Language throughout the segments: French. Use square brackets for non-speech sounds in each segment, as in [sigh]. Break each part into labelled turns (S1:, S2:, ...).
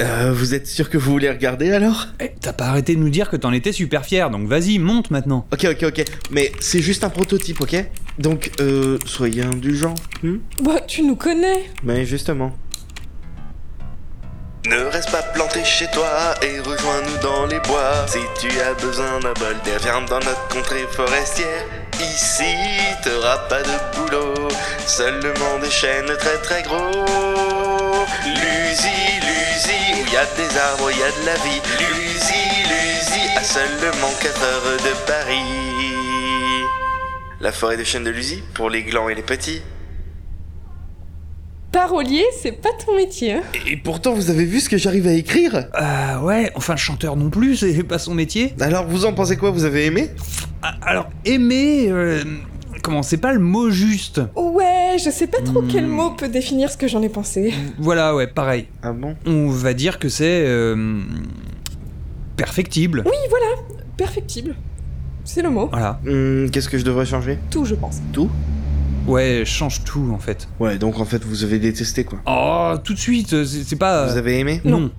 S1: Euh, vous êtes sûr que vous voulez regarder alors
S2: Eh, T'as pas arrêté de nous dire que t'en étais super fier, donc vas-y, monte maintenant.
S1: Ok, ok, ok. Mais c'est juste un prototype, ok Donc, euh, soyez indulgents. hmm
S3: Bah, tu nous connais.
S1: Mais justement. Ne reste pas planté chez toi et rejoins-nous dans les bois. Si tu as besoin d'un bol d'air, viens dans notre contrée forestière. Ici, t'auras pas de boulot, seulement des chênes très très gros. Luzi, Luzi, où y a des arbres, y a de la vie. Luzi, Luzi, à seulement 4 heures de Paris. La forêt des chênes de Luzi, pour les glands et les petits.
S3: Parolier, c'est pas ton métier. hein.
S1: Et pourtant, vous avez vu ce que j'arrive à écrire
S2: Euh, ouais, enfin, chanteur non plus, [laughs] c'est pas son métier.
S1: Alors, vous en pensez quoi Vous avez aimé
S2: Ah, alors, aimer. euh, comment, c'est pas le mot juste.
S3: Ouais, je sais pas trop
S2: Hmm.
S3: quel mot peut définir ce que j'en ai pensé.
S2: Voilà, ouais, pareil.
S1: Ah bon
S2: On va dire que c'est. euh, perfectible.
S3: Oui, voilà, perfectible. C'est le mot.
S2: Voilà.
S1: Hum, Qu'est-ce que je devrais changer
S3: Tout, je pense.
S1: Tout
S2: Ouais, change tout en fait.
S1: Ouais, donc en fait, vous avez détesté quoi.
S2: Oh, tout de suite, c'est c'est pas. euh,
S1: Vous avez aimé
S2: Non.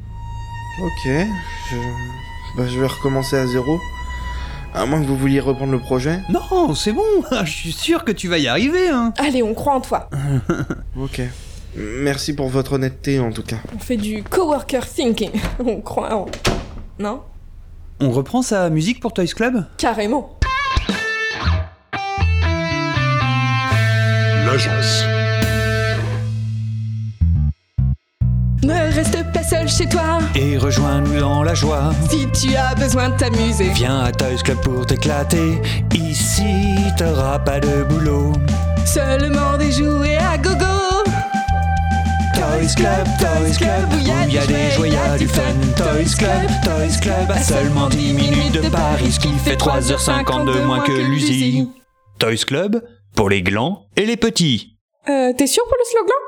S1: Ok. Je... Bah, je vais recommencer à zéro. À moins que vous vouliez reprendre le projet.
S2: Non, c'est bon, [laughs] je suis sûr que tu vas y arriver, hein.
S3: Allez, on croit en toi.
S1: Ok. Merci pour votre honnêteté en tout cas.
S3: On fait du coworker thinking. [laughs] On croit en. Non
S2: On reprend sa musique pour Toys Club
S3: Carrément.
S4: l'agence.
S3: Ne reste pas seul chez toi
S2: Et rejoins-nous dans la joie.
S3: si tu as besoin de t'amuser.
S2: Viens à Toys Club pour t'éclater. Ici, t'auras pas de boulot.
S3: Seulement des jouets à gogo.
S2: Toys Club, Toys Club, où il y a des joies, il y a du fun. Toys Club, Toys Club, à seulement 10 minutes de Paris, ce qui fait 3h50 de moins que l'usine. Toys Club, pour les grands et les petits.
S3: Euh, t'es sûr pour le slogan